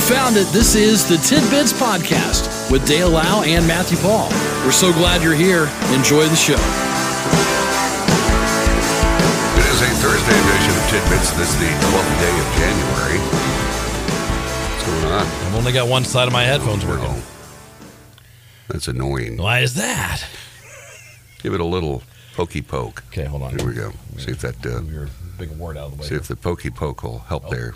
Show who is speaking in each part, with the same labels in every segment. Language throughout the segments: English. Speaker 1: found it. This is the Tidbits Podcast with Dale Lau and Matthew Paul. We're so glad you're here. Enjoy the show.
Speaker 2: It is a Thursday edition of Tidbits. This is the 12th day of January. What's going on?
Speaker 3: I've only got one side of my headphones working.
Speaker 2: Oh. That's annoying.
Speaker 3: Why is that?
Speaker 2: Give it a little pokey poke.
Speaker 3: Okay, hold on.
Speaker 2: Here we go. See if that uh,
Speaker 3: Move your big word out of the way.
Speaker 2: see if the pokey poke will help
Speaker 3: Oh.
Speaker 2: there.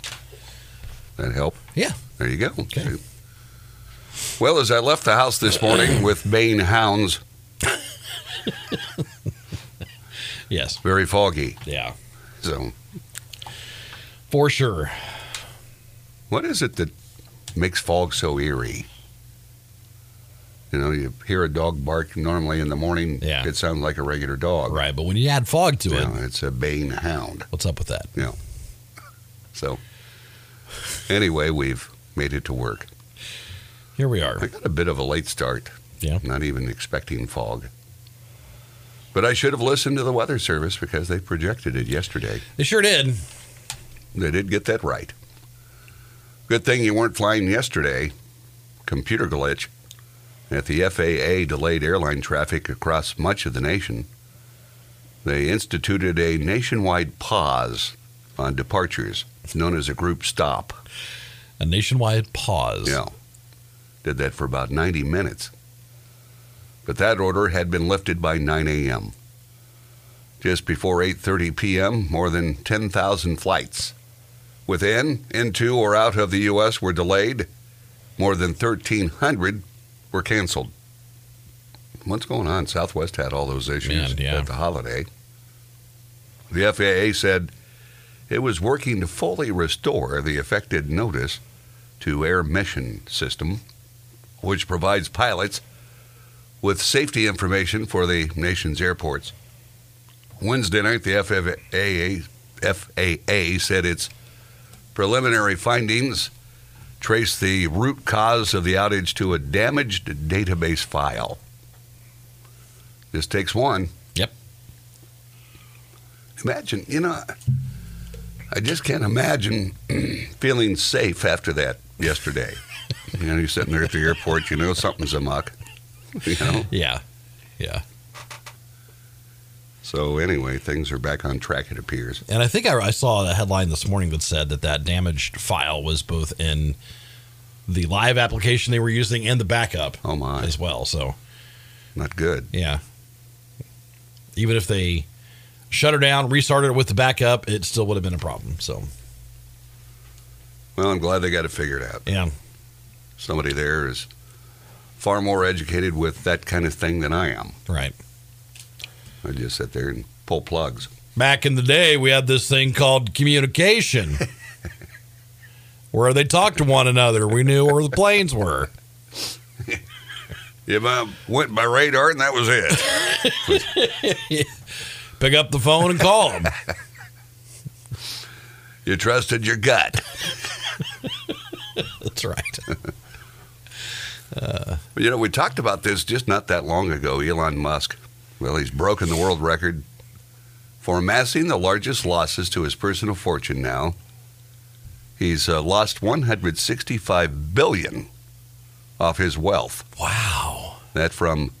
Speaker 2: That help?
Speaker 3: Yeah.
Speaker 2: There you go.
Speaker 3: Okay.
Speaker 2: See? Well, as I left the house this morning with Maine hounds,
Speaker 3: Yes.
Speaker 2: very foggy.
Speaker 3: Yeah.
Speaker 2: So,
Speaker 3: For sure.
Speaker 2: what is it that makes fog so eerie? You know, you hear a dog bark normally in the morning.
Speaker 3: Yeah.
Speaker 2: It sounds like a regular dog.
Speaker 3: Right. But when you add fog to it,
Speaker 2: Yeah, it's a Bane hound.
Speaker 3: what's up with that?
Speaker 2: Yeah. So, anyway, we've made it to work.
Speaker 3: Here we are.
Speaker 2: I got a bit of a late start,
Speaker 3: Yeah.
Speaker 2: not even expecting fog. But I should have listened to the weather service because they projected it yesterday.
Speaker 3: They sure did.
Speaker 2: They did get that right. Good thing you weren't flying yesterday. Computer glitch. At the FAA delayed airline traffic across much of the nation. They instituted a nationwide pause on departures, known as a group stop.
Speaker 3: A nationwide pause.
Speaker 2: Yeah. Did that for about 90 minutes. But that order had been lifted by 9 a.m. Just before 8:30 p.m., more than 10,000 flights within, into or out of the US were delayed. More than 1,300 were canceled. What's going on? Southwest had all those issues
Speaker 3: Man, yeah.
Speaker 2: at the holiday. The FAA said it was working to fully restore the affected notice to air mission system, which provides pilots with safety information for the nation's airports. Wednesday night, the FAA, FAA said its preliminary findings trace the root cause of the outage to a damaged database file. This takes one.
Speaker 3: Yep.
Speaker 2: Imagine, you know, I just can't imagine feeling safe after that yesterday. you know, you're sitting there at the airport, you know, something's amok. You know?
Speaker 3: Yeah. Yeah.
Speaker 2: So, anyway, things are back on track, it appears.
Speaker 3: And I think I, I saw a headline this morning that said that that damaged file was both in the live application they were using and the backup
Speaker 2: Oh, my.
Speaker 3: as well. So,
Speaker 2: Not good.
Speaker 3: yeah. Even if they shut her down, restarted it with the backup, it still would have been a problem. So,
Speaker 2: Well, I'm glad they got it figured out.
Speaker 3: yeah.
Speaker 2: Somebody there is far more educated with that kind of thing than I am.
Speaker 3: Right.
Speaker 2: I just sit there and pull plugs.
Speaker 3: Back in the day, we had this thing called communication where they talked to one another. We knew where the planes were.
Speaker 2: If I went by radar and that was it.
Speaker 3: Pick up the phone and call them.
Speaker 2: you trusted your gut.
Speaker 3: That's right.
Speaker 2: You know, we talked about this just not that long ago. Elon Musk, well, he's broken the world record for amassing the largest losses to his personal fortune now. He's uh, lost 165 billion off his wealth.
Speaker 3: Wow.
Speaker 2: That from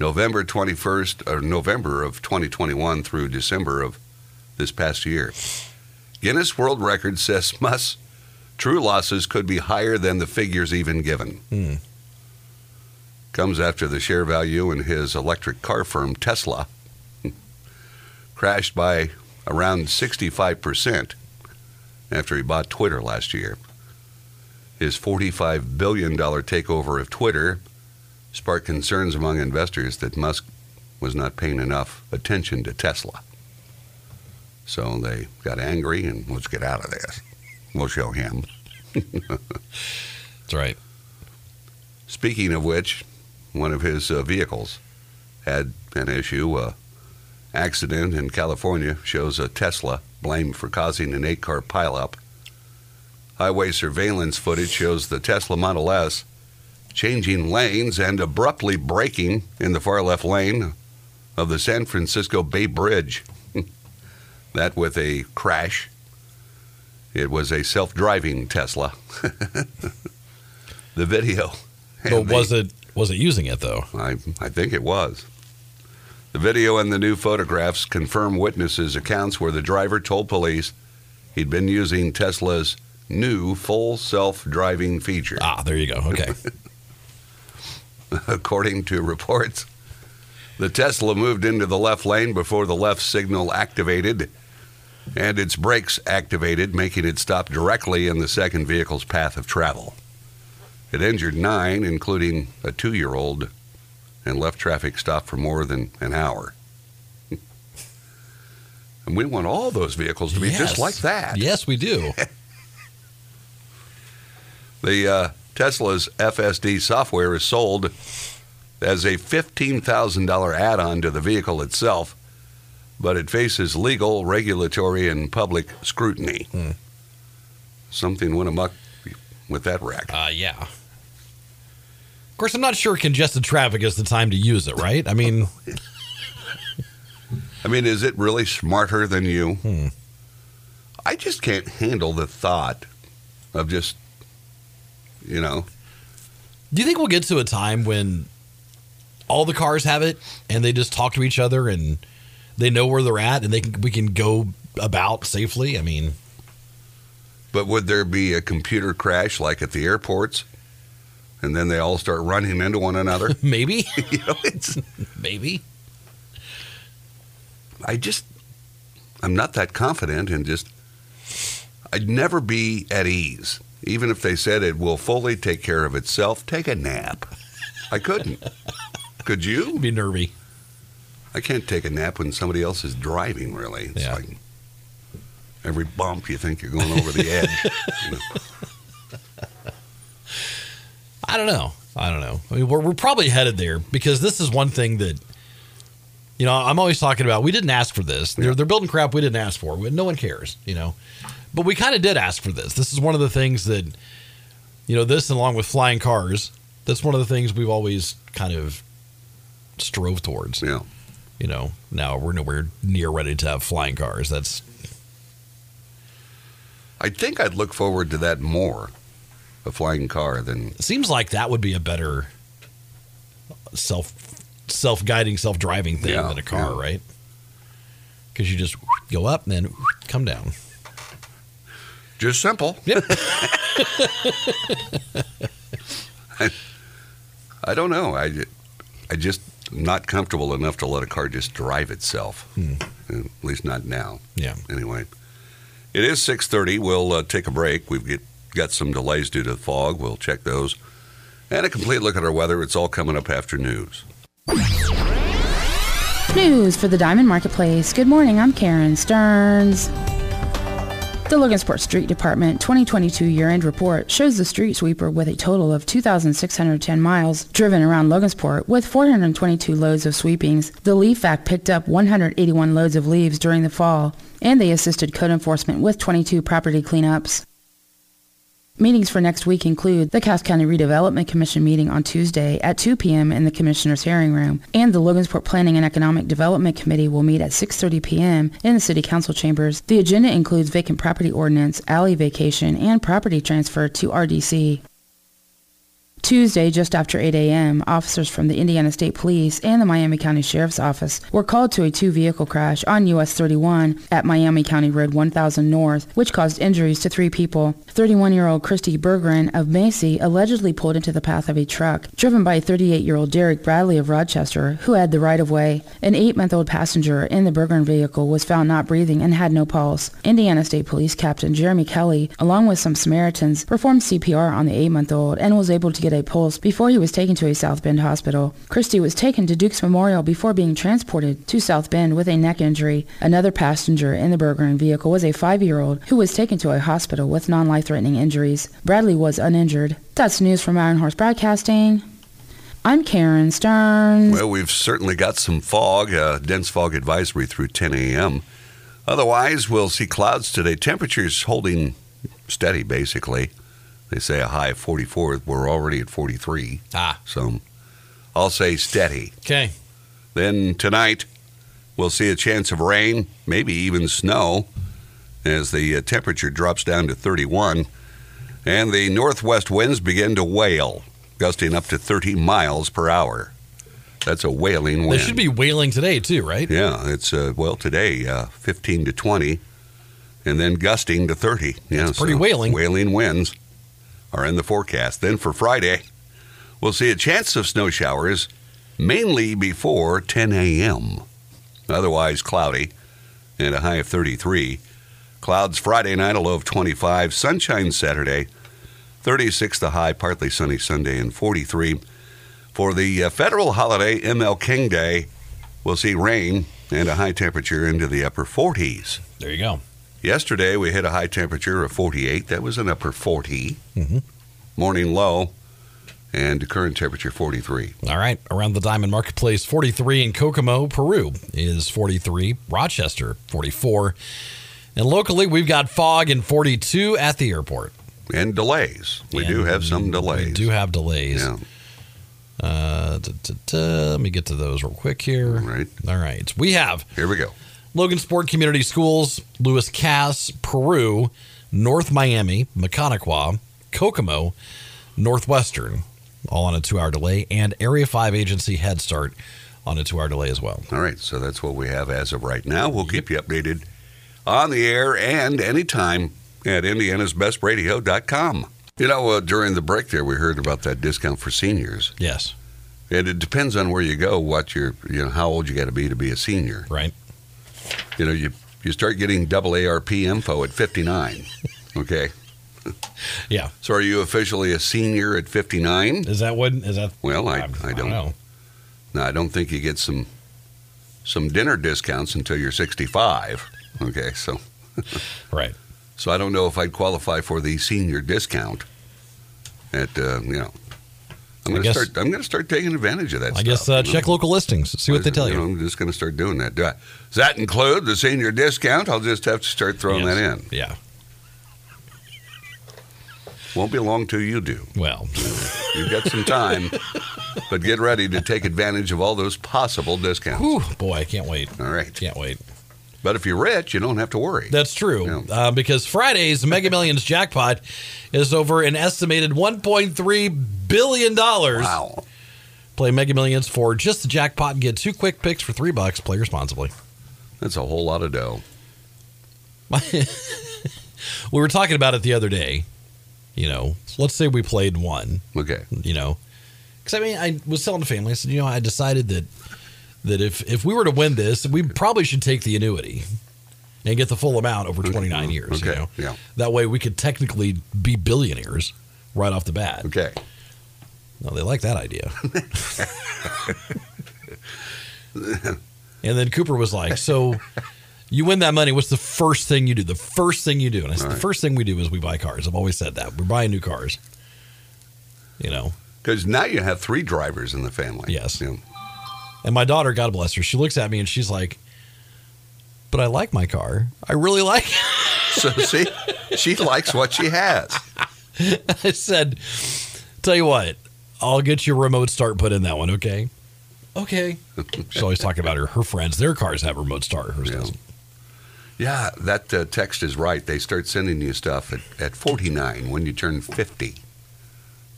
Speaker 2: November 21st or November of 2021 through December of this past year. Guinness World Records says Musk's true losses could be higher than the figures even given
Speaker 3: Hmm.
Speaker 2: comes after the share value in his electric car firm Tesla crashed by around 65% after he bought Twitter last year. His $45 billion takeover of Twitter sparked concerns among investors that Musk was not paying enough attention to Tesla. So they got angry and let's get out of this. We'll show him.
Speaker 3: That's right.
Speaker 2: Speaking of which, one of his uh, vehicles had an issue. Uh, accident in California shows a Tesla blamed for causing an eight-car pileup. Highway surveillance footage shows the Tesla Model S changing lanes and abruptly braking in the far left lane of the San Francisco Bay Bridge. that with a crash. It was a self-driving Tesla. the video.
Speaker 3: But
Speaker 2: and the-
Speaker 3: was it was it using it though?
Speaker 2: I, I think it was. The video and the new photographs confirm witnesses' accounts where the driver told police he'd been using Tesla's new full self driving feature.
Speaker 3: Ah, there you go. Okay.
Speaker 2: According to reports, the Tesla moved into the left lane before the left signal activated and its brakes activated, making it stop directly in the second vehicle's path of travel. It injured nine, including a two year old, and left traffic stopped for more than an hour. and we want all those vehicles to be
Speaker 3: Yes.
Speaker 2: just like that.
Speaker 3: Yes, we do.
Speaker 2: The uh, Tesla's FSD software is sold as a $15,000 add on to the vehicle itself, but it faces legal, regulatory, and public scrutiny.
Speaker 3: Hmm.
Speaker 2: Something went amok with that wreck.
Speaker 3: Uh, yeah. Of course, I'm not sure congested traffic is the time to use it, right? I mean,
Speaker 2: I mean, is it really smarter than you?
Speaker 3: Hmm.
Speaker 2: I just can't handle the thought of just, you know,
Speaker 3: do you think we'll get to a time when all the cars have it and they just talk to each other and they know where they're at and they can we can go about safely? I mean,
Speaker 2: but would there be a computer crash like at the airports? And then they all start running into one another.
Speaker 3: maybe,
Speaker 2: you know, it's
Speaker 3: maybe.
Speaker 2: I just I'm not that confident and just I'd never be at ease. Even if they said it will fully take care of itself, take a nap. I couldn't. Could you?
Speaker 3: Be nervy.
Speaker 2: I can't take a nap when somebody else is driving really. It's
Speaker 3: Yeah.
Speaker 2: like every bump you think you're going over the edge. you know.
Speaker 3: I don't know. I don't know. I mean, we're, we're probably headed there because this is one thing that, you know, I'm always talking about. We didn't ask for this. They're, they're building crap we didn't ask for. We- No one cares, you know. But we kind of did ask for this. This is one of the things that, you know, this along with flying cars, that's one of the things we've always kind of strove towards.
Speaker 2: Yeah.
Speaker 3: You know, now we're nowhere near ready to have flying cars. That's
Speaker 2: I think I'd look forward to that more, a flying car than
Speaker 3: it seems like that would be a better self self guiding, self driving thing
Speaker 2: Yeah,
Speaker 3: than a car,
Speaker 2: yeah.
Speaker 3: right? Because you just go up and then come down.
Speaker 2: Just simple.
Speaker 3: Yep.
Speaker 2: I, I don't know. I, ju- I just am not comfortable enough to let a car just drive itself. Uh, At least not now.
Speaker 3: Yeah.
Speaker 2: Anyway, it is 6:30. We'll uh, take a break. We've get, got some delays due to the fog. We'll check those. And a complete look at our weather. It's all coming up after news.
Speaker 4: News for the Diamond Marketplace. Good morning, I'm Karen Stearns. The Logansport Street Department 2022 year-end report shows the street sweeper with a total of 2,610 miles driven around Logansport with 422 loads of sweepings. The leaf vac picked up 181 loads of leaves during the fall, and they assisted code enforcement with 22 property cleanups. Meetings for next week include the Cass County Redevelopment Commission meeting on Tuesday at 2 p.m. in the Commissioner's Hearing Room, and the Logansport Planning and Economic Development Committee will meet at 6.30 p.m. in the City Council Chambers. The agenda includes vacant property ordinance, alley vacation, and property transfer to RDC. Tuesday, just after 8 a.m., officers from the Indiana State Police and the Miami County Sheriff's Office were called to a two-vehicle crash on U.S. 31 at Miami County Road 1000 North, which caused injuries to three people. 31-year-old Christy Bergeron of Macy allegedly pulled into the path of a truck driven by 38-year-old Derek Bradley of Rochester, who had the right-of-way. An eight-month-old passenger in the Bergeron vehicle was found not breathing and had no pulse. Indiana State Police Captain Jeremy Kelly, along with some Samaritans, performed CPR on the eight-month-old and was able to get a pulse before he was taken to a South Bend hospital. Christie was taken to Duke's Memorial before being transported to South Bend with a neck injury. Another passenger in the Bergeron vehicle was a five-year-old who was taken to a hospital with non-life-threatening injuries. Bradley was uninjured. That's news from Iron Horse Broadcasting. I'm Karen Stearns.
Speaker 2: Well, we've certainly got some fog, uh, dense fog advisory through 10 a.m. Otherwise, we'll see clouds today. Temperatures holding steady, basically. They say a high of 44. We're already at 43.
Speaker 3: Ah.
Speaker 2: So I'll say steady.
Speaker 3: Okay.
Speaker 2: Then tonight, we'll see a chance of rain, maybe even snow, as the uh, temperature drops down to 31. And the northwest winds begin to wail, gusting up to 30 miles per hour. That's a wailing
Speaker 3: They
Speaker 2: wind.
Speaker 3: should be whaling today too, right?
Speaker 2: Yeah, it's uh, well today uh, 15 to 20, and then gusting to 30. Yeah,
Speaker 3: pretty whaling.
Speaker 2: Wailing winds are in the forecast. Then for Friday, we'll see a chance of snow showers, mainly before 10 a.m. Otherwise cloudy, and a high of 33. Clouds Friday night, a low of 25. Sunshine Saturday, 36 the high, partly sunny Sunday, and 43. For the uh, federal holiday, ML King Day, We'll see rain and a high temperature into the upper 40s.
Speaker 3: There you go.
Speaker 2: Yesterday, we hit a high temperature of 48. That was an upper 40.
Speaker 3: Mhm.
Speaker 2: Morning low and current temperature 43.
Speaker 3: All right, around the Diamond Marketplace, 43 in Kokomo, Peru is 43, Rochester 44. And locally, we've got fog and 42 at the airport.
Speaker 2: And delays. We do
Speaker 3: And
Speaker 2: have some delays.
Speaker 3: We do have delays.
Speaker 2: Yeah,
Speaker 3: Uh, da, da, da. Let me get to those real quick here.
Speaker 2: Right.
Speaker 3: All right. We have
Speaker 2: here we go.
Speaker 3: Logan Sport Community Schools, Lewis Cass, Peru, North Miami, McConaughey, Kokomo, Northwestern, all on a two hour delay, and Area 5 Agency Head Start on a two hour delay as well.
Speaker 2: All right, so that's what we have as of right now. We'll keep you updated on the air and anytime at indianasbestradio.com. You know, uh, during the break there, we heard about that discount for seniors.
Speaker 3: Yes,
Speaker 2: And it depends on where you go, what your, you know, how old you got to be to be a senior.
Speaker 3: right.
Speaker 2: You know, you you start getting double ARP info at 59. Okay.
Speaker 3: Yeah.
Speaker 2: So are you officially a senior at 59?
Speaker 3: Is that what? Is that?
Speaker 2: Well, I,
Speaker 3: I'm-
Speaker 2: I
Speaker 3: don't
Speaker 2: don't.
Speaker 3: know.
Speaker 2: No, I don't think you get some some dinner discounts until you're 65. Okay. So
Speaker 3: Right.
Speaker 2: so I don't know if I'd qualify for the senior discount. At uh, you know, I'm
Speaker 3: I
Speaker 2: gonna
Speaker 3: guess-
Speaker 2: start. I'm gonna start taking advantage of that.
Speaker 3: I guess uh,
Speaker 2: stuff, you know?
Speaker 3: check local listings. See what they tell you.
Speaker 2: know, I'm just going to start doing that. Do I- does that include the senior discount? I'll just have to start throwing
Speaker 3: Yes.
Speaker 2: that in.
Speaker 3: Yeah.
Speaker 2: Won't be long till you do.
Speaker 3: Well,
Speaker 2: You've got some time, but get ready to take advantage of all those possible discounts.
Speaker 3: whew, boy, I can't wait.
Speaker 2: All right.
Speaker 3: Can't wait.
Speaker 2: But if you're rich, you don't have to worry.
Speaker 3: That's true. Uh, because Friday's Mega Millions jackpot is over an estimated $1.3 billion.
Speaker 2: Wow.
Speaker 3: Play Mega Millions for just the jackpot and get two quick picks for three bucks. Play responsibly.
Speaker 2: That's a whole lot of dough.
Speaker 3: we were talking about it the other day. You know, let's say we played one,
Speaker 2: Okay.
Speaker 3: you know, because I mean, I was telling the family, I said, you know, I decided that that if if we were to win this, we probably should take the annuity and get the full amount over 29 years. You
Speaker 2: Okay.
Speaker 3: know?
Speaker 2: Yeah.
Speaker 3: That way we could technically be billionaires right off the bat.
Speaker 2: Okay.
Speaker 3: No, they like that idea. and then Cooper was like, So you win that money. What's the first thing you do? The first thing you do. And I said, The first thing we do is we buy cars. I've always said that. We're buying new cars. You know,
Speaker 2: Because now you have three drivers in the family.
Speaker 3: Yes.
Speaker 2: You know,
Speaker 3: and my daughter, God bless her, she looks at me and she's like, But I like my car. I really like it.
Speaker 2: So see, she likes what she has.
Speaker 3: I said, Tell you what, I'll get your remote start put in that one, okay? Okay. She's always talking about her her friends. Their cars have remote start. Hers
Speaker 2: Yeah.
Speaker 3: doesn't.
Speaker 2: Yeah, that uh, text is right. They start sending you stuff at, at 49 when you turn 50.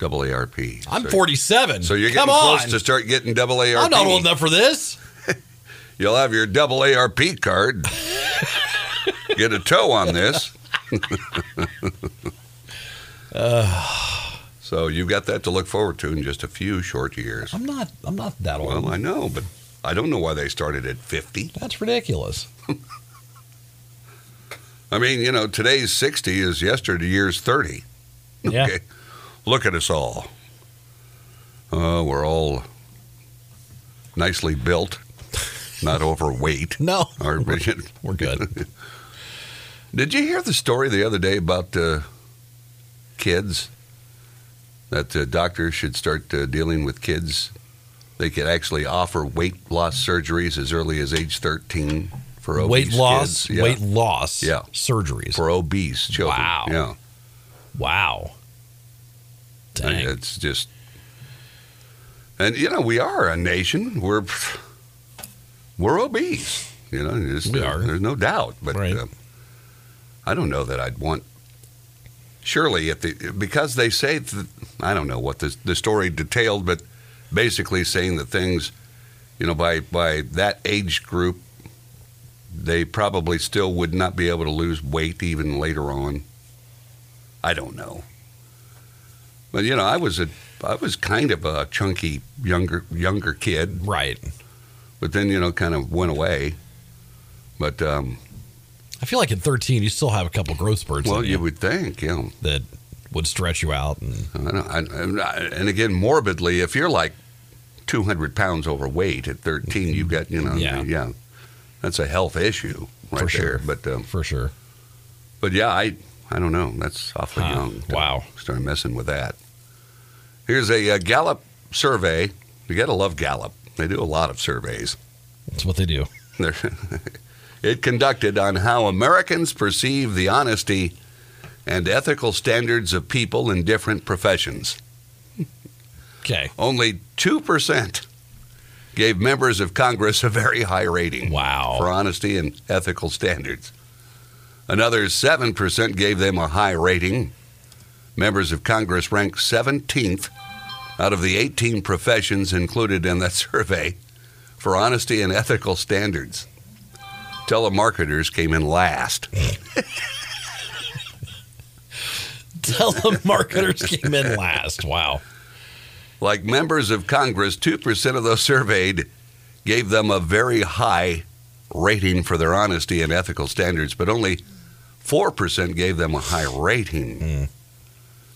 Speaker 2: Double ARP.
Speaker 3: I'm
Speaker 2: So-
Speaker 3: 47.
Speaker 2: So you're getting
Speaker 3: Come
Speaker 2: close
Speaker 3: on.
Speaker 2: to start getting double ARP.
Speaker 3: I'm not old enough for this.
Speaker 2: You'll have your double ARP card. Get a toe on this. so you've got that to look forward to in just a few short years.
Speaker 3: I'm not. I'm not that old.
Speaker 2: Well, I know, but I don't know why they started at 50.
Speaker 3: That's ridiculous.
Speaker 2: I mean, you know, today's 60 is yesterday's 30.
Speaker 3: Yeah.
Speaker 2: Look at us all. Uh, we're all nicely built, not overweight.
Speaker 3: No,
Speaker 2: Or-
Speaker 3: we're good.
Speaker 2: Did you hear the story the other day about uh, kids? That uh, doctors should start uh, dealing with kids. They could actually offer weight loss surgeries as early as age 13 for obese
Speaker 3: weight loss.
Speaker 2: kids. Yeah,
Speaker 3: Weight loss.
Speaker 2: Yeah.
Speaker 3: Surgeries.
Speaker 2: for obese children.
Speaker 3: Wow.
Speaker 2: Yeah,
Speaker 3: wow.
Speaker 2: I mean,
Speaker 3: Dang.
Speaker 2: it's just. And you know we are a nation. We're we're obese. You know, just,
Speaker 3: We are.
Speaker 2: um, There's no doubt. But
Speaker 3: Right.
Speaker 2: uh, I don't know that I'd want surely if the, because they say th- I don't know what the the story detailed, but basically saying that things, you know, by by that age group, they probably still would not be able to lose weight even later on. I don't know, but you know, I was a I was kind of a chunky younger younger kid,
Speaker 3: Right.
Speaker 2: but then you know, kind of went away. But um,
Speaker 3: I feel like at 13, you still have a couple growth spurts
Speaker 2: well,
Speaker 3: in
Speaker 2: you
Speaker 3: you
Speaker 2: would think, you know.
Speaker 3: that would stretch you out. And
Speaker 2: I don't- I- I'm not- and again, morbidly, if you're like 200 pounds overweight at 13, you've got, you know,
Speaker 3: Yeah.
Speaker 2: yeah, that's a health issue right
Speaker 3: For sure.
Speaker 2: there. But, um,
Speaker 3: for sure.
Speaker 2: but yeah, I, I don't know. That's awfully
Speaker 3: Huh.
Speaker 2: young. to
Speaker 3: Wow.
Speaker 2: Start messing with that. Here's a, uh Gallup survey. You got to love Gallup. They do a lot of surveys.
Speaker 3: That's what they do.
Speaker 2: There- it conducted on how Americans perceive the honesty and ethical standards of people in different professions.
Speaker 3: Okay.
Speaker 2: Only 2% gave members of Congress a very high rating for
Speaker 3: Wow.
Speaker 2: honesty and ethical standards. Another 7% gave them a high rating. Members of Congress ranked 17th out of the 18 professions included in that survey for honesty and ethical standards. Telemarketers came in last.
Speaker 3: Telemarketers came in last. Wow.
Speaker 2: Like members of Congress, 2% of those surveyed gave them a very high rating for their honesty and ethical standards, but only 4% gave them a high rating.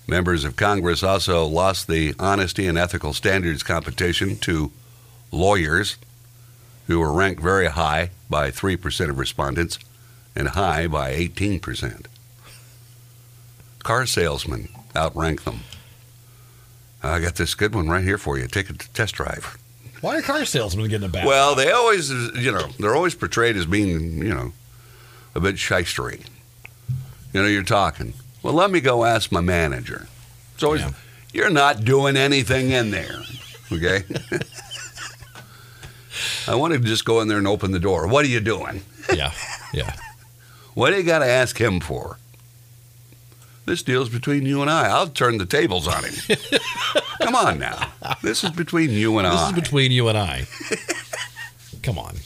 Speaker 2: Members of Congress also lost the honesty and ethical standards competition to lawyers, who were ranked very high by 3% of respondents and high by 18%. Car salesmen outrank them. I got this good one right here for you. Take it to test drive.
Speaker 3: Why are car salesmen getting a bad?
Speaker 2: Well, they always, you know, they're always portrayed as being, you know, a bit shystery. You know, you're talking. Well, let me go ask my manager. It's always,
Speaker 3: Yeah.
Speaker 2: you're not doing anything in there, okay? I want to just go in there and open the door. What are you doing?
Speaker 3: yeah. Yeah.
Speaker 2: What do you got to ask him for? This deal's between you and I. I'll turn the tables on him. Come on now. This is between you and
Speaker 3: This
Speaker 2: I.
Speaker 3: is between you and I. Come on.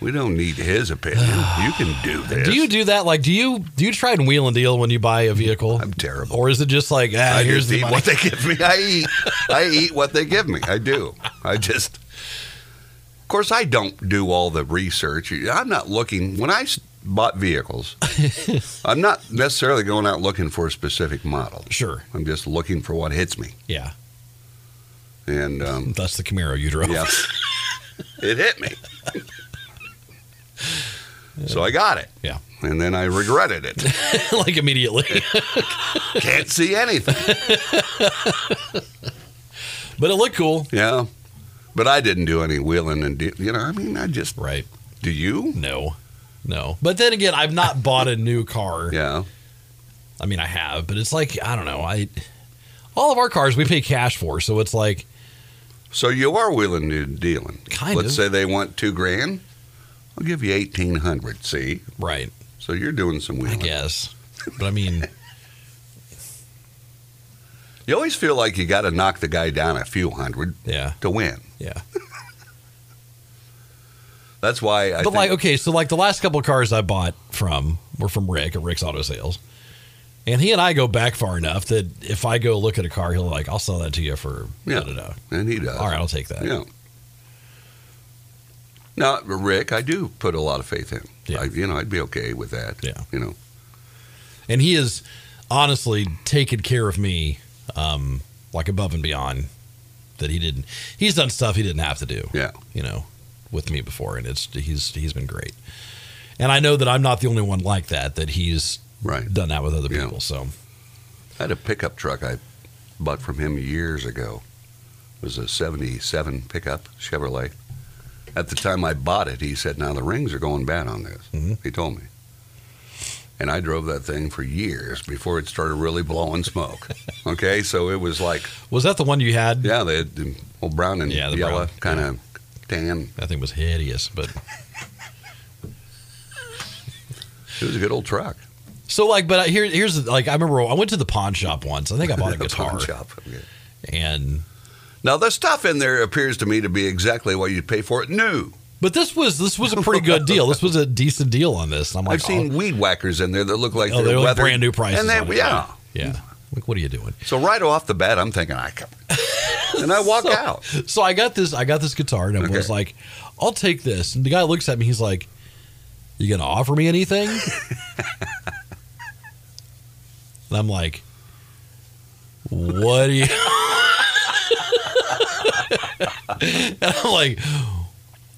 Speaker 2: we don't need his opinion. You can do this.
Speaker 3: Do you do that? Like, do you do you try and wheel and deal when you buy a vehicle?
Speaker 2: I'm terrible.
Speaker 3: Or is it just like, ah,
Speaker 2: I
Speaker 3: here's
Speaker 2: just
Speaker 3: the
Speaker 2: eat
Speaker 3: money.
Speaker 2: what they give me. I eat. I eat what they give me. I do. I just. Of course, I don't do all the research. I'm not looking when I s- bought vehicles. I'm not necessarily going out looking for a specific model.
Speaker 3: Sure.
Speaker 2: I'm just looking for what hits me,
Speaker 3: Yeah.
Speaker 2: and um,
Speaker 3: That's the Camaro you drove.
Speaker 2: yeah, it hit me. So I got it,
Speaker 3: Yeah.
Speaker 2: and then I regretted it.
Speaker 3: like immediately.
Speaker 2: Can't see anything.
Speaker 3: but it looked cool.
Speaker 2: Yeah, but I didn't do any wheeling and de- you know. I mean, I just
Speaker 3: Right.
Speaker 2: do you.
Speaker 3: No. No. But then again, I've not bought a new car.
Speaker 2: Yeah.
Speaker 3: I mean, I have, but it's like, I don't know. I all of our cars we pay cash for, so it's like
Speaker 2: So you are willing to dealing.
Speaker 3: Kind
Speaker 2: Let's
Speaker 3: of.
Speaker 2: say they want two grand. I'll give you eighteen hundred. See,
Speaker 3: right,
Speaker 2: so you're doing some
Speaker 3: I
Speaker 2: wheeling.
Speaker 3: guess. But I mean,
Speaker 2: You always feel like you got to knock the guy down a few hundred
Speaker 3: yeah,
Speaker 2: to win.
Speaker 3: yeah.
Speaker 2: That's why. I
Speaker 3: but
Speaker 2: think,
Speaker 3: like, okay, so like the last couple of cars I bought from were from Rick at Rick's Auto Sales, and he and I go back far enough that if I go look at a car, he'll like, I'll sell that to you for
Speaker 2: Yeah.
Speaker 3: da, da, da.
Speaker 2: and he does.
Speaker 3: All right, I'll take that.
Speaker 2: Yeah. Now, Rick, I do put a lot of faith in.
Speaker 3: Yeah.
Speaker 2: I, you know, I'd be okay with that.
Speaker 3: Yeah.
Speaker 2: You know,
Speaker 3: and he has honestly taken care of me, um, like above and beyond. That he didn't. He's done stuff he didn't have to do.
Speaker 2: yeah.
Speaker 3: you know, with me before, and it's he's he's been great. And I know that I'm not the only one like that. That he's
Speaker 2: Right.
Speaker 3: done that with other
Speaker 2: Yeah.
Speaker 3: people. So
Speaker 2: I had a pickup truck I bought from him years ago. It was a 77 pickup Chevrolet. At the time I bought it, he said, Now the rings are going bad on this.
Speaker 3: Mhm.
Speaker 2: He told me. And I drove that thing for years before it started really blowing smoke. okay, so it was like,
Speaker 3: was that the one you had?
Speaker 2: yeah, the, the old brown and
Speaker 3: Yeah, the
Speaker 2: yellow
Speaker 3: brown,
Speaker 2: kind of tan.
Speaker 3: That thing was hideous, but
Speaker 2: It was a good old truck.
Speaker 3: So like, but I- here, here's like I remember I went to the pawn shop once. I think I bought a
Speaker 2: The
Speaker 3: guitar,
Speaker 2: pawn shop. Yeah.
Speaker 3: and
Speaker 2: Now the stuff in there appears to me to be exactly what you'd pay for it new.
Speaker 3: but this was this was a pretty good deal. This was a decent deal on this. I'm like,
Speaker 2: I've seen
Speaker 3: oh,
Speaker 2: weed whackers in there that look like
Speaker 3: oh,
Speaker 2: they're
Speaker 3: they're like
Speaker 2: weathered.
Speaker 3: brand new prices.
Speaker 2: And
Speaker 3: on
Speaker 2: they,
Speaker 3: it.
Speaker 2: yeah.
Speaker 3: yeah. Like, what are you doing?
Speaker 2: So right off the bat, I'm thinking I can. And I walk
Speaker 3: so,
Speaker 2: out.
Speaker 3: So I got this. I got this guitar, and I was
Speaker 2: Okay.
Speaker 3: like, "I'll take this." And the guy looks at me. He's like, "You gonna offer me anything?" and I'm like, "What do you?" and I'm like,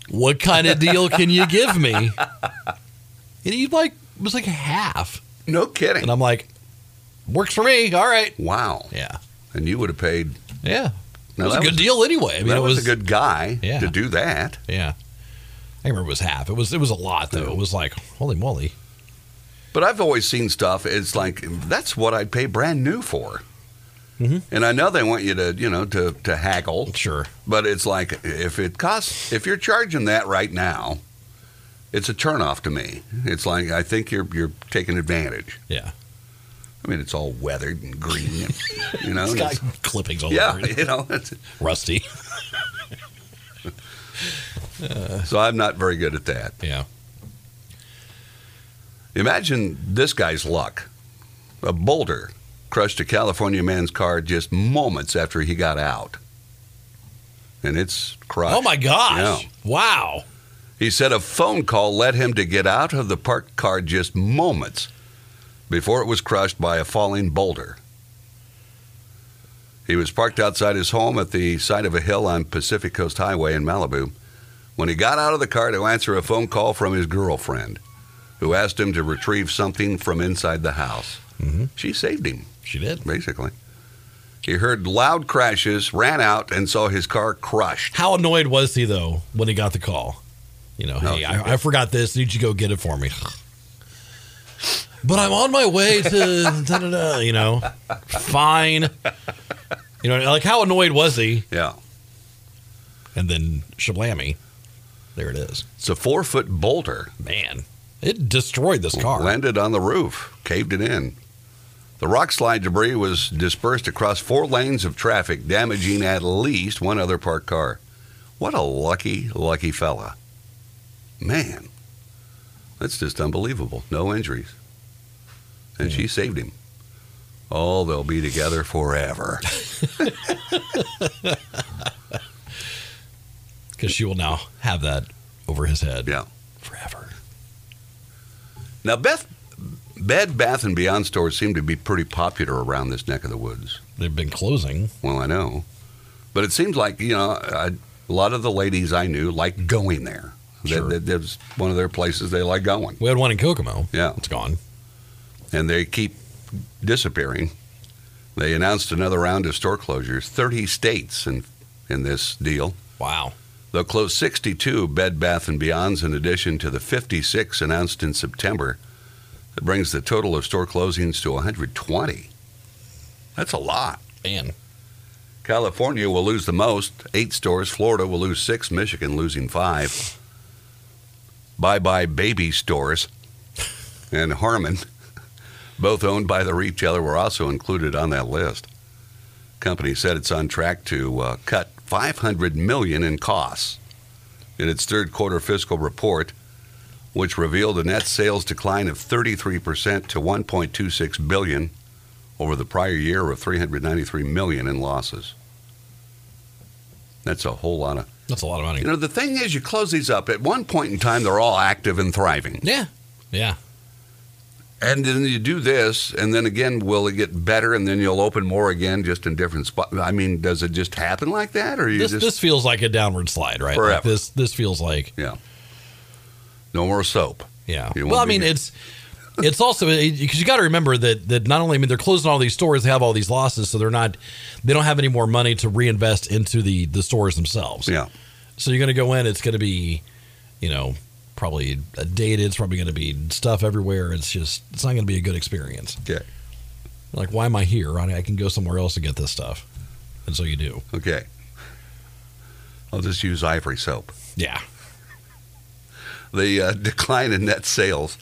Speaker 3: "What kind of deal can you give me?" And he like was like half,
Speaker 2: No kidding.
Speaker 3: and I'm like, "Works for me. All right."
Speaker 2: Wow.
Speaker 3: Yeah,
Speaker 2: And you would have paid.
Speaker 3: yeah. It
Speaker 2: Now,
Speaker 3: was a
Speaker 2: that
Speaker 3: good
Speaker 2: was-
Speaker 3: deal anyway. I mean,
Speaker 2: that
Speaker 3: it
Speaker 2: was,
Speaker 3: was,
Speaker 2: a good guy
Speaker 3: Yeah.
Speaker 2: to do that.
Speaker 3: Yeah. I remember it was half. It was it was a lot though. It was like holy moly.
Speaker 2: But I've always seen stuff. It's like that's what I'd pay brand new for.
Speaker 3: Mhm.
Speaker 2: And I know they want you to, you know, to to haggle,
Speaker 3: Sure.
Speaker 2: but it's like if it costs, if you're charging that right now, it's a turnoff to me. It's like I think you're you're taking advantage.
Speaker 3: Yeah.
Speaker 2: I mean, it's all weathered and green, and, you know.
Speaker 3: It's
Speaker 2: and
Speaker 3: got
Speaker 2: it's-
Speaker 3: clippings all
Speaker 2: yeah,
Speaker 3: over it.
Speaker 2: you know. It's,
Speaker 3: Rusty.
Speaker 2: so I'm not very good at that.
Speaker 3: Yeah.
Speaker 2: Imagine this guy's luck. A boulder crushed a California man's car just moments after he got out. And it's crushed.
Speaker 3: Oh my gosh.
Speaker 2: Yeah.
Speaker 3: Wow.
Speaker 2: He said a phone call led him to get out of the parked car just moments before it was crushed by a falling boulder. He was parked outside his home at the side of a hill on Pacific Coast Highway in Malibu when he got out of the car to answer a phone call from his girlfriend, who asked him to retrieve something from inside the house.
Speaker 3: Mhm.
Speaker 2: She saved him,
Speaker 3: She did.
Speaker 2: basically. He heard loud crashes, ran out, and saw his car crushed.
Speaker 3: How annoyed was he though when he got the call? You know, hey, I, I forgot this. Need you to go get it for me? But I'm on my way to da, da, da, you know. Fine. You know, like how annoyed was he?
Speaker 2: Yeah.
Speaker 3: And then shablammy. There it is.
Speaker 2: It's a four foot boulder.
Speaker 3: Man, it destroyed this car.
Speaker 2: landed on the roof, caved it in. The rock slide debris was dispersed across four lanes of traffic, damaging at least one other parked car. What a lucky, lucky fella. Man, that's just unbelievable. No injuries. And she saved him. Oh, they'll be together forever.
Speaker 3: because she will now have that over his head
Speaker 2: Yeah.
Speaker 3: forever.
Speaker 2: Now, Beth, Bed Bath and Beyond stores seem to be pretty popular around this neck of the woods.
Speaker 3: They've been closing.
Speaker 2: Well, I know, but it seems like you know I, a lot of the ladies I knew like going there.
Speaker 3: Sure.
Speaker 2: That, that, that's one of their places they like going,
Speaker 3: We had one in Kokomo.
Speaker 2: Yeah.
Speaker 3: it's gone.
Speaker 2: and they keep disappearing. They announced another round of store closures. Thirty states in in this deal.
Speaker 3: Wow.
Speaker 2: They'll close 62 Bed Bath and Beyonds in addition to the 56 announced in September. That brings the total of store closings to 120. That's a lot.
Speaker 3: Man,
Speaker 2: California will lose the most, eight stores. Florida will lose six. Michigan losing five. Bye bye baby stores and Harmon, both owned by the retailer, were also included on that list. Company said it's on track to uh, cut 500 million in costs in its third quarter fiscal report, which revealed a net sales decline of 33% to 1.26 billion over the prior year of 393 million in losses. That's a whole lot of.
Speaker 3: that's a lot of
Speaker 2: You
Speaker 3: money.
Speaker 2: know, the thing is, you close these up at one point in time, they're all active and thriving,
Speaker 3: Yeah, yeah.
Speaker 2: and then you do this, and then again, will it get better? And then you'll open more again, just in different spots. I mean, does it just happen like that, or you
Speaker 3: This
Speaker 2: just
Speaker 3: this feels like a downward slide, right? Like
Speaker 2: Forever.
Speaker 3: this this feels like
Speaker 2: yeah? No more soap.
Speaker 3: yeah.
Speaker 2: You won't
Speaker 3: Well, I
Speaker 2: be
Speaker 3: mean
Speaker 2: here.
Speaker 3: it's it's also because you got to remember that that not only I mean they're closing all these stores, they have all these losses, so they're not they don't have any more money to reinvest into the the stores themselves.
Speaker 2: Yeah,
Speaker 3: So you're going to go in. It's going to be, you know, probably dated. It's probably going to be stuff everywhere. It's just it's not going to be a good experience.
Speaker 2: Okay.
Speaker 3: Like, why am I here? I I can go somewhere else to get this stuff. And so you do.
Speaker 2: okay. I'll just use ivory soap.
Speaker 3: Yeah.
Speaker 2: The uh, decline in net sales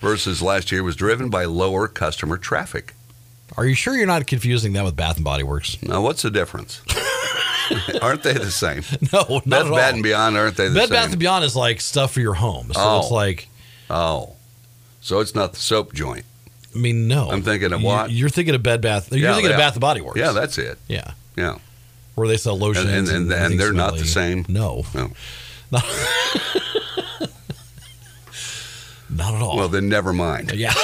Speaker 2: versus last year was driven by lower customer traffic.
Speaker 3: Are you sure you're not confusing that with Bath and Body Works?
Speaker 2: Now, what's the difference? aren't they the same?
Speaker 3: No, not
Speaker 2: Bed
Speaker 3: at all.
Speaker 2: Bath and Beyond, aren't they the
Speaker 3: Bed
Speaker 2: same?
Speaker 3: Bath and Beyond is like stuff for your home. So
Speaker 2: Oh.
Speaker 3: it's like,
Speaker 2: oh, so it's not the soap joint.
Speaker 3: I mean, no.
Speaker 2: I'm thinking of
Speaker 3: Oh, You-
Speaker 2: what?
Speaker 3: You're thinking of Bed Bath. You're
Speaker 2: Yeah,
Speaker 3: thinking of
Speaker 2: yeah.
Speaker 3: Bath and Body Works.
Speaker 2: Yeah, that's it.
Speaker 3: yeah.
Speaker 2: Yeah.
Speaker 3: Where they sell lotions and,
Speaker 2: and- and
Speaker 3: everything
Speaker 2: they're not
Speaker 3: smelly.
Speaker 2: the same?
Speaker 3: No,
Speaker 2: No.
Speaker 3: not at all.
Speaker 2: Well, then never mind.
Speaker 3: yeah.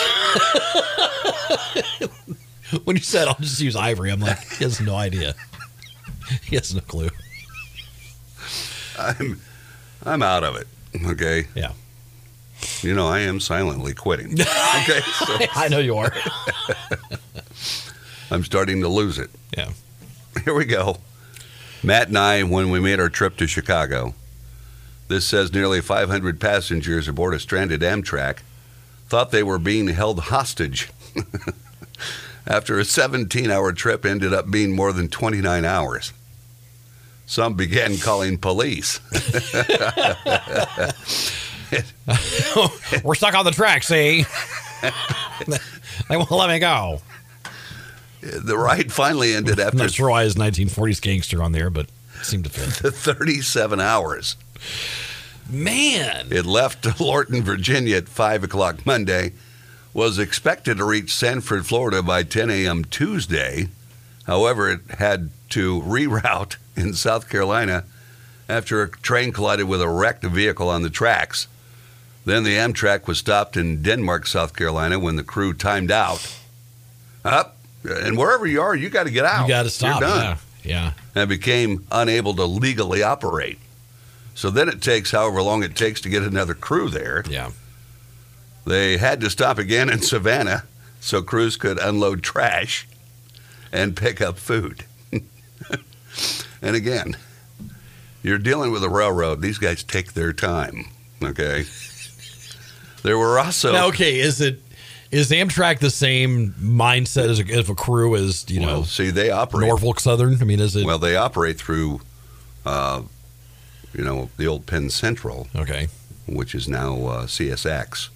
Speaker 3: when you said I'll just use ivory, I'm like, he has no idea. He has no clue.
Speaker 2: I'm, I'm out of it. Okay.
Speaker 3: Yeah,
Speaker 2: You know, I am silently quitting. okay. So
Speaker 3: I know you are.
Speaker 2: I'm starting to lose it.
Speaker 3: Yeah.
Speaker 2: Here we go. Matt and I, when we made our trip to Chicago, this says nearly 500 passengers aboard a stranded Amtrak thought they were being held hostage. After a 17 hour trip ended up being more than 29 hours. Some began calling police.
Speaker 3: We're stuck on the track, see? they won't let me go.
Speaker 2: The ride finally ended
Speaker 3: I'm
Speaker 2: after
Speaker 3: not sure why his 1940s gangster on there, but it seemed to fit.
Speaker 2: 37 hours.
Speaker 3: Man.
Speaker 2: It left Lorton, Virginia at 5 o'clock Monday, was expected to reach Sanford, Florida by 10 a.m. Tuesday. However, it had to reroute in South Carolina after a train collided with a wrecked vehicle on the tracks. Then the Amtrak was stopped in Denmark, South Carolina when the crew timed out. Up, and wherever you are, you got to get out.
Speaker 3: You got to stop.
Speaker 2: You're done
Speaker 3: Yeah. Yeah.
Speaker 2: and became unable to legally operate. So then it takes however long it takes to get another crew there.
Speaker 3: Yeah.
Speaker 2: They had to stop again in Savannah so crews could unload trash and pick up food. and again, you're dealing with a railroad. These guys take their time, okay? There were also
Speaker 3: Now, okay, is it is Amtrak the same mindset as a, if a crew as you
Speaker 2: well,
Speaker 3: know
Speaker 2: see they operate
Speaker 3: Norfolk Southern? I mean, is it
Speaker 2: well they operate through uh, you know the old Penn Central
Speaker 3: okay?
Speaker 2: which is now uh, CSX.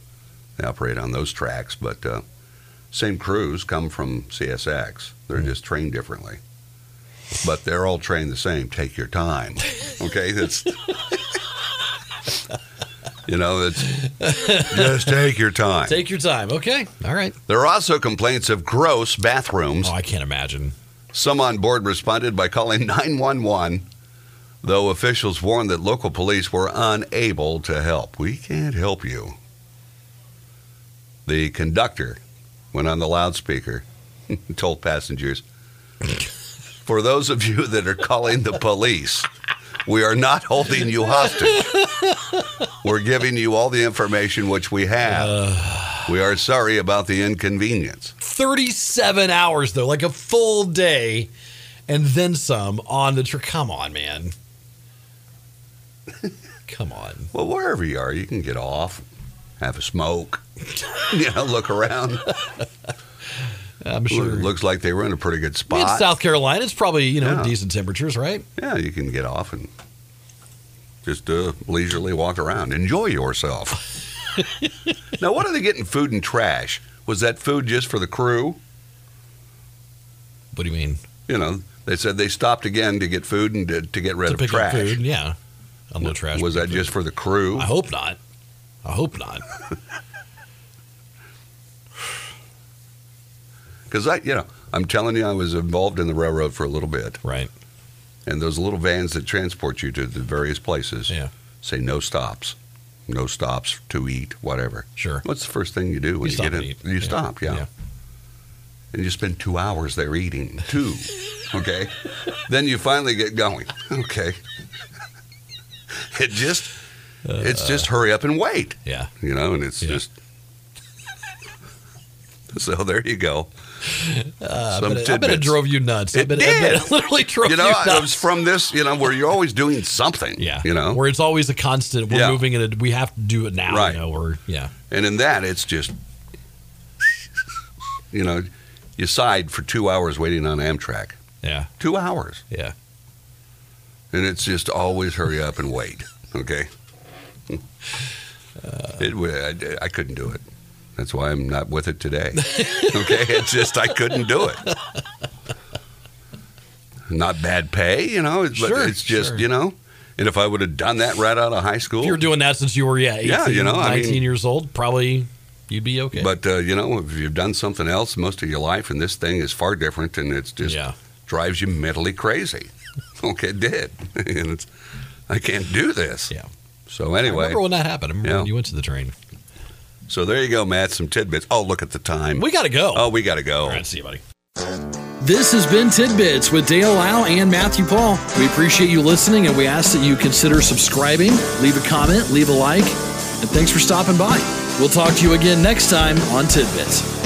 Speaker 2: They operate on those tracks, but uh, same crews come from CSX. They're just trained differently, but they're all trained the same. Take your time, okay? That's you know, it's just take your time.
Speaker 3: Take your time. Okay, all right.
Speaker 2: There are also complaints of gross bathrooms.
Speaker 3: Oh, I can't imagine.
Speaker 2: Some on board responded by calling 911, though officials warned that local police were unable to help. We can't help you. The conductor went on the loudspeaker and told passengers For those of you that are calling the police, we are not holding you hostage. We're giving you all the information which we have. we are sorry about the inconvenience.
Speaker 3: Thirty-seven hours though, like a full day, and then some on the tr Come on, man. Come on.
Speaker 2: Well, wherever you are, you can get off, have a smoke, you know, look around.
Speaker 3: I'm
Speaker 2: It
Speaker 3: sure.
Speaker 2: looks like they were in a pretty good
Speaker 3: I mean, it's
Speaker 2: spot.
Speaker 3: South Carolina. It's probably you know
Speaker 2: Yeah.
Speaker 3: decent temperatures, right?
Speaker 2: yeah, you can get off and just uh, leisurely walk around, enjoy yourself. now, what are they getting? Food and trash? Was that food just for the crew?
Speaker 3: What do you mean?
Speaker 2: You know, they said they stopped again to get food and to, to get rid
Speaker 3: to
Speaker 2: of
Speaker 3: pick
Speaker 2: trash.
Speaker 3: up food. Yeah. Unload trash.
Speaker 2: Was
Speaker 3: pick up
Speaker 2: that
Speaker 3: food.
Speaker 2: just for the crew?
Speaker 3: I hope not. I hope not.
Speaker 2: Because I, you know, I'm telling you, I was involved in the railroad for a little bit,
Speaker 3: Right.
Speaker 2: and those little vans that transport you to the various places.
Speaker 3: Yeah.
Speaker 2: say no stops, no stops to eat, whatever.
Speaker 3: Sure.
Speaker 2: What's the first thing you do when you,
Speaker 3: stop
Speaker 2: get in?
Speaker 3: and eat.
Speaker 2: You stop, yeah. And you spend two hours there eating, two, okay? then you finally get going, okay? it just, it's just hurry up and wait,
Speaker 3: Yeah.
Speaker 2: you know, and it's
Speaker 3: Uh. Yeah.
Speaker 2: just. So there you go.
Speaker 3: Uh, I
Speaker 2: Some
Speaker 3: bet, it, I bet it
Speaker 2: tidbits.
Speaker 3: drove you nuts. I
Speaker 2: It
Speaker 3: bet, I bet
Speaker 2: did.
Speaker 3: it literally drove
Speaker 2: You
Speaker 3: you,
Speaker 2: know, I was
Speaker 3: nuts.
Speaker 2: from this, you know, where you're always doing something.
Speaker 3: yeah.
Speaker 2: You know,
Speaker 3: where it's always a constant. We're
Speaker 2: Yeah.
Speaker 3: moving and it- we have to do it now.
Speaker 2: Right.
Speaker 3: You know, or yeah.
Speaker 2: And in that, it's just, you know, you sighed for two hours waiting on Amtrak.
Speaker 3: Yeah.
Speaker 2: Two hours.
Speaker 3: Yeah.
Speaker 2: And it's just always hurry up and
Speaker 3: Uh.
Speaker 2: wait. Okay. it, wa- I, I couldn't do it. That's why I'm not with it today. okay, it's just I couldn't do it. Not bad pay, you know. It's,
Speaker 3: Sure,
Speaker 2: but it's just
Speaker 3: sure.
Speaker 2: you know. And if I would have done that right out of high school,
Speaker 3: If you were doing that since you were yeah, 18,
Speaker 2: Yeah, you know, I
Speaker 3: 19
Speaker 2: mean-
Speaker 3: years old, probably you'd be okay.
Speaker 2: but uh, you know, if you've done something else most of your life, and this thing is far different, and it's just
Speaker 3: yeah,
Speaker 2: drives you mentally crazy. okay, it did, and it's I can't do this.
Speaker 3: yeah.
Speaker 2: So
Speaker 3: I
Speaker 2: anyway,
Speaker 3: remember when that happened. I remember
Speaker 2: Yeah.
Speaker 3: when you went to the train.
Speaker 2: so there you go, Matt. Some tidbits. Oh, look at the time.
Speaker 3: We got to go.
Speaker 2: oh, we got to go.
Speaker 3: All right, see you, buddy.
Speaker 1: This has been Tidbits with Dale Lau and Matthew Paul. We appreciate you listening and we ask that you consider subscribing, leave a comment, leave a like, and thanks for stopping by. We'll talk to you again next time on Tidbits.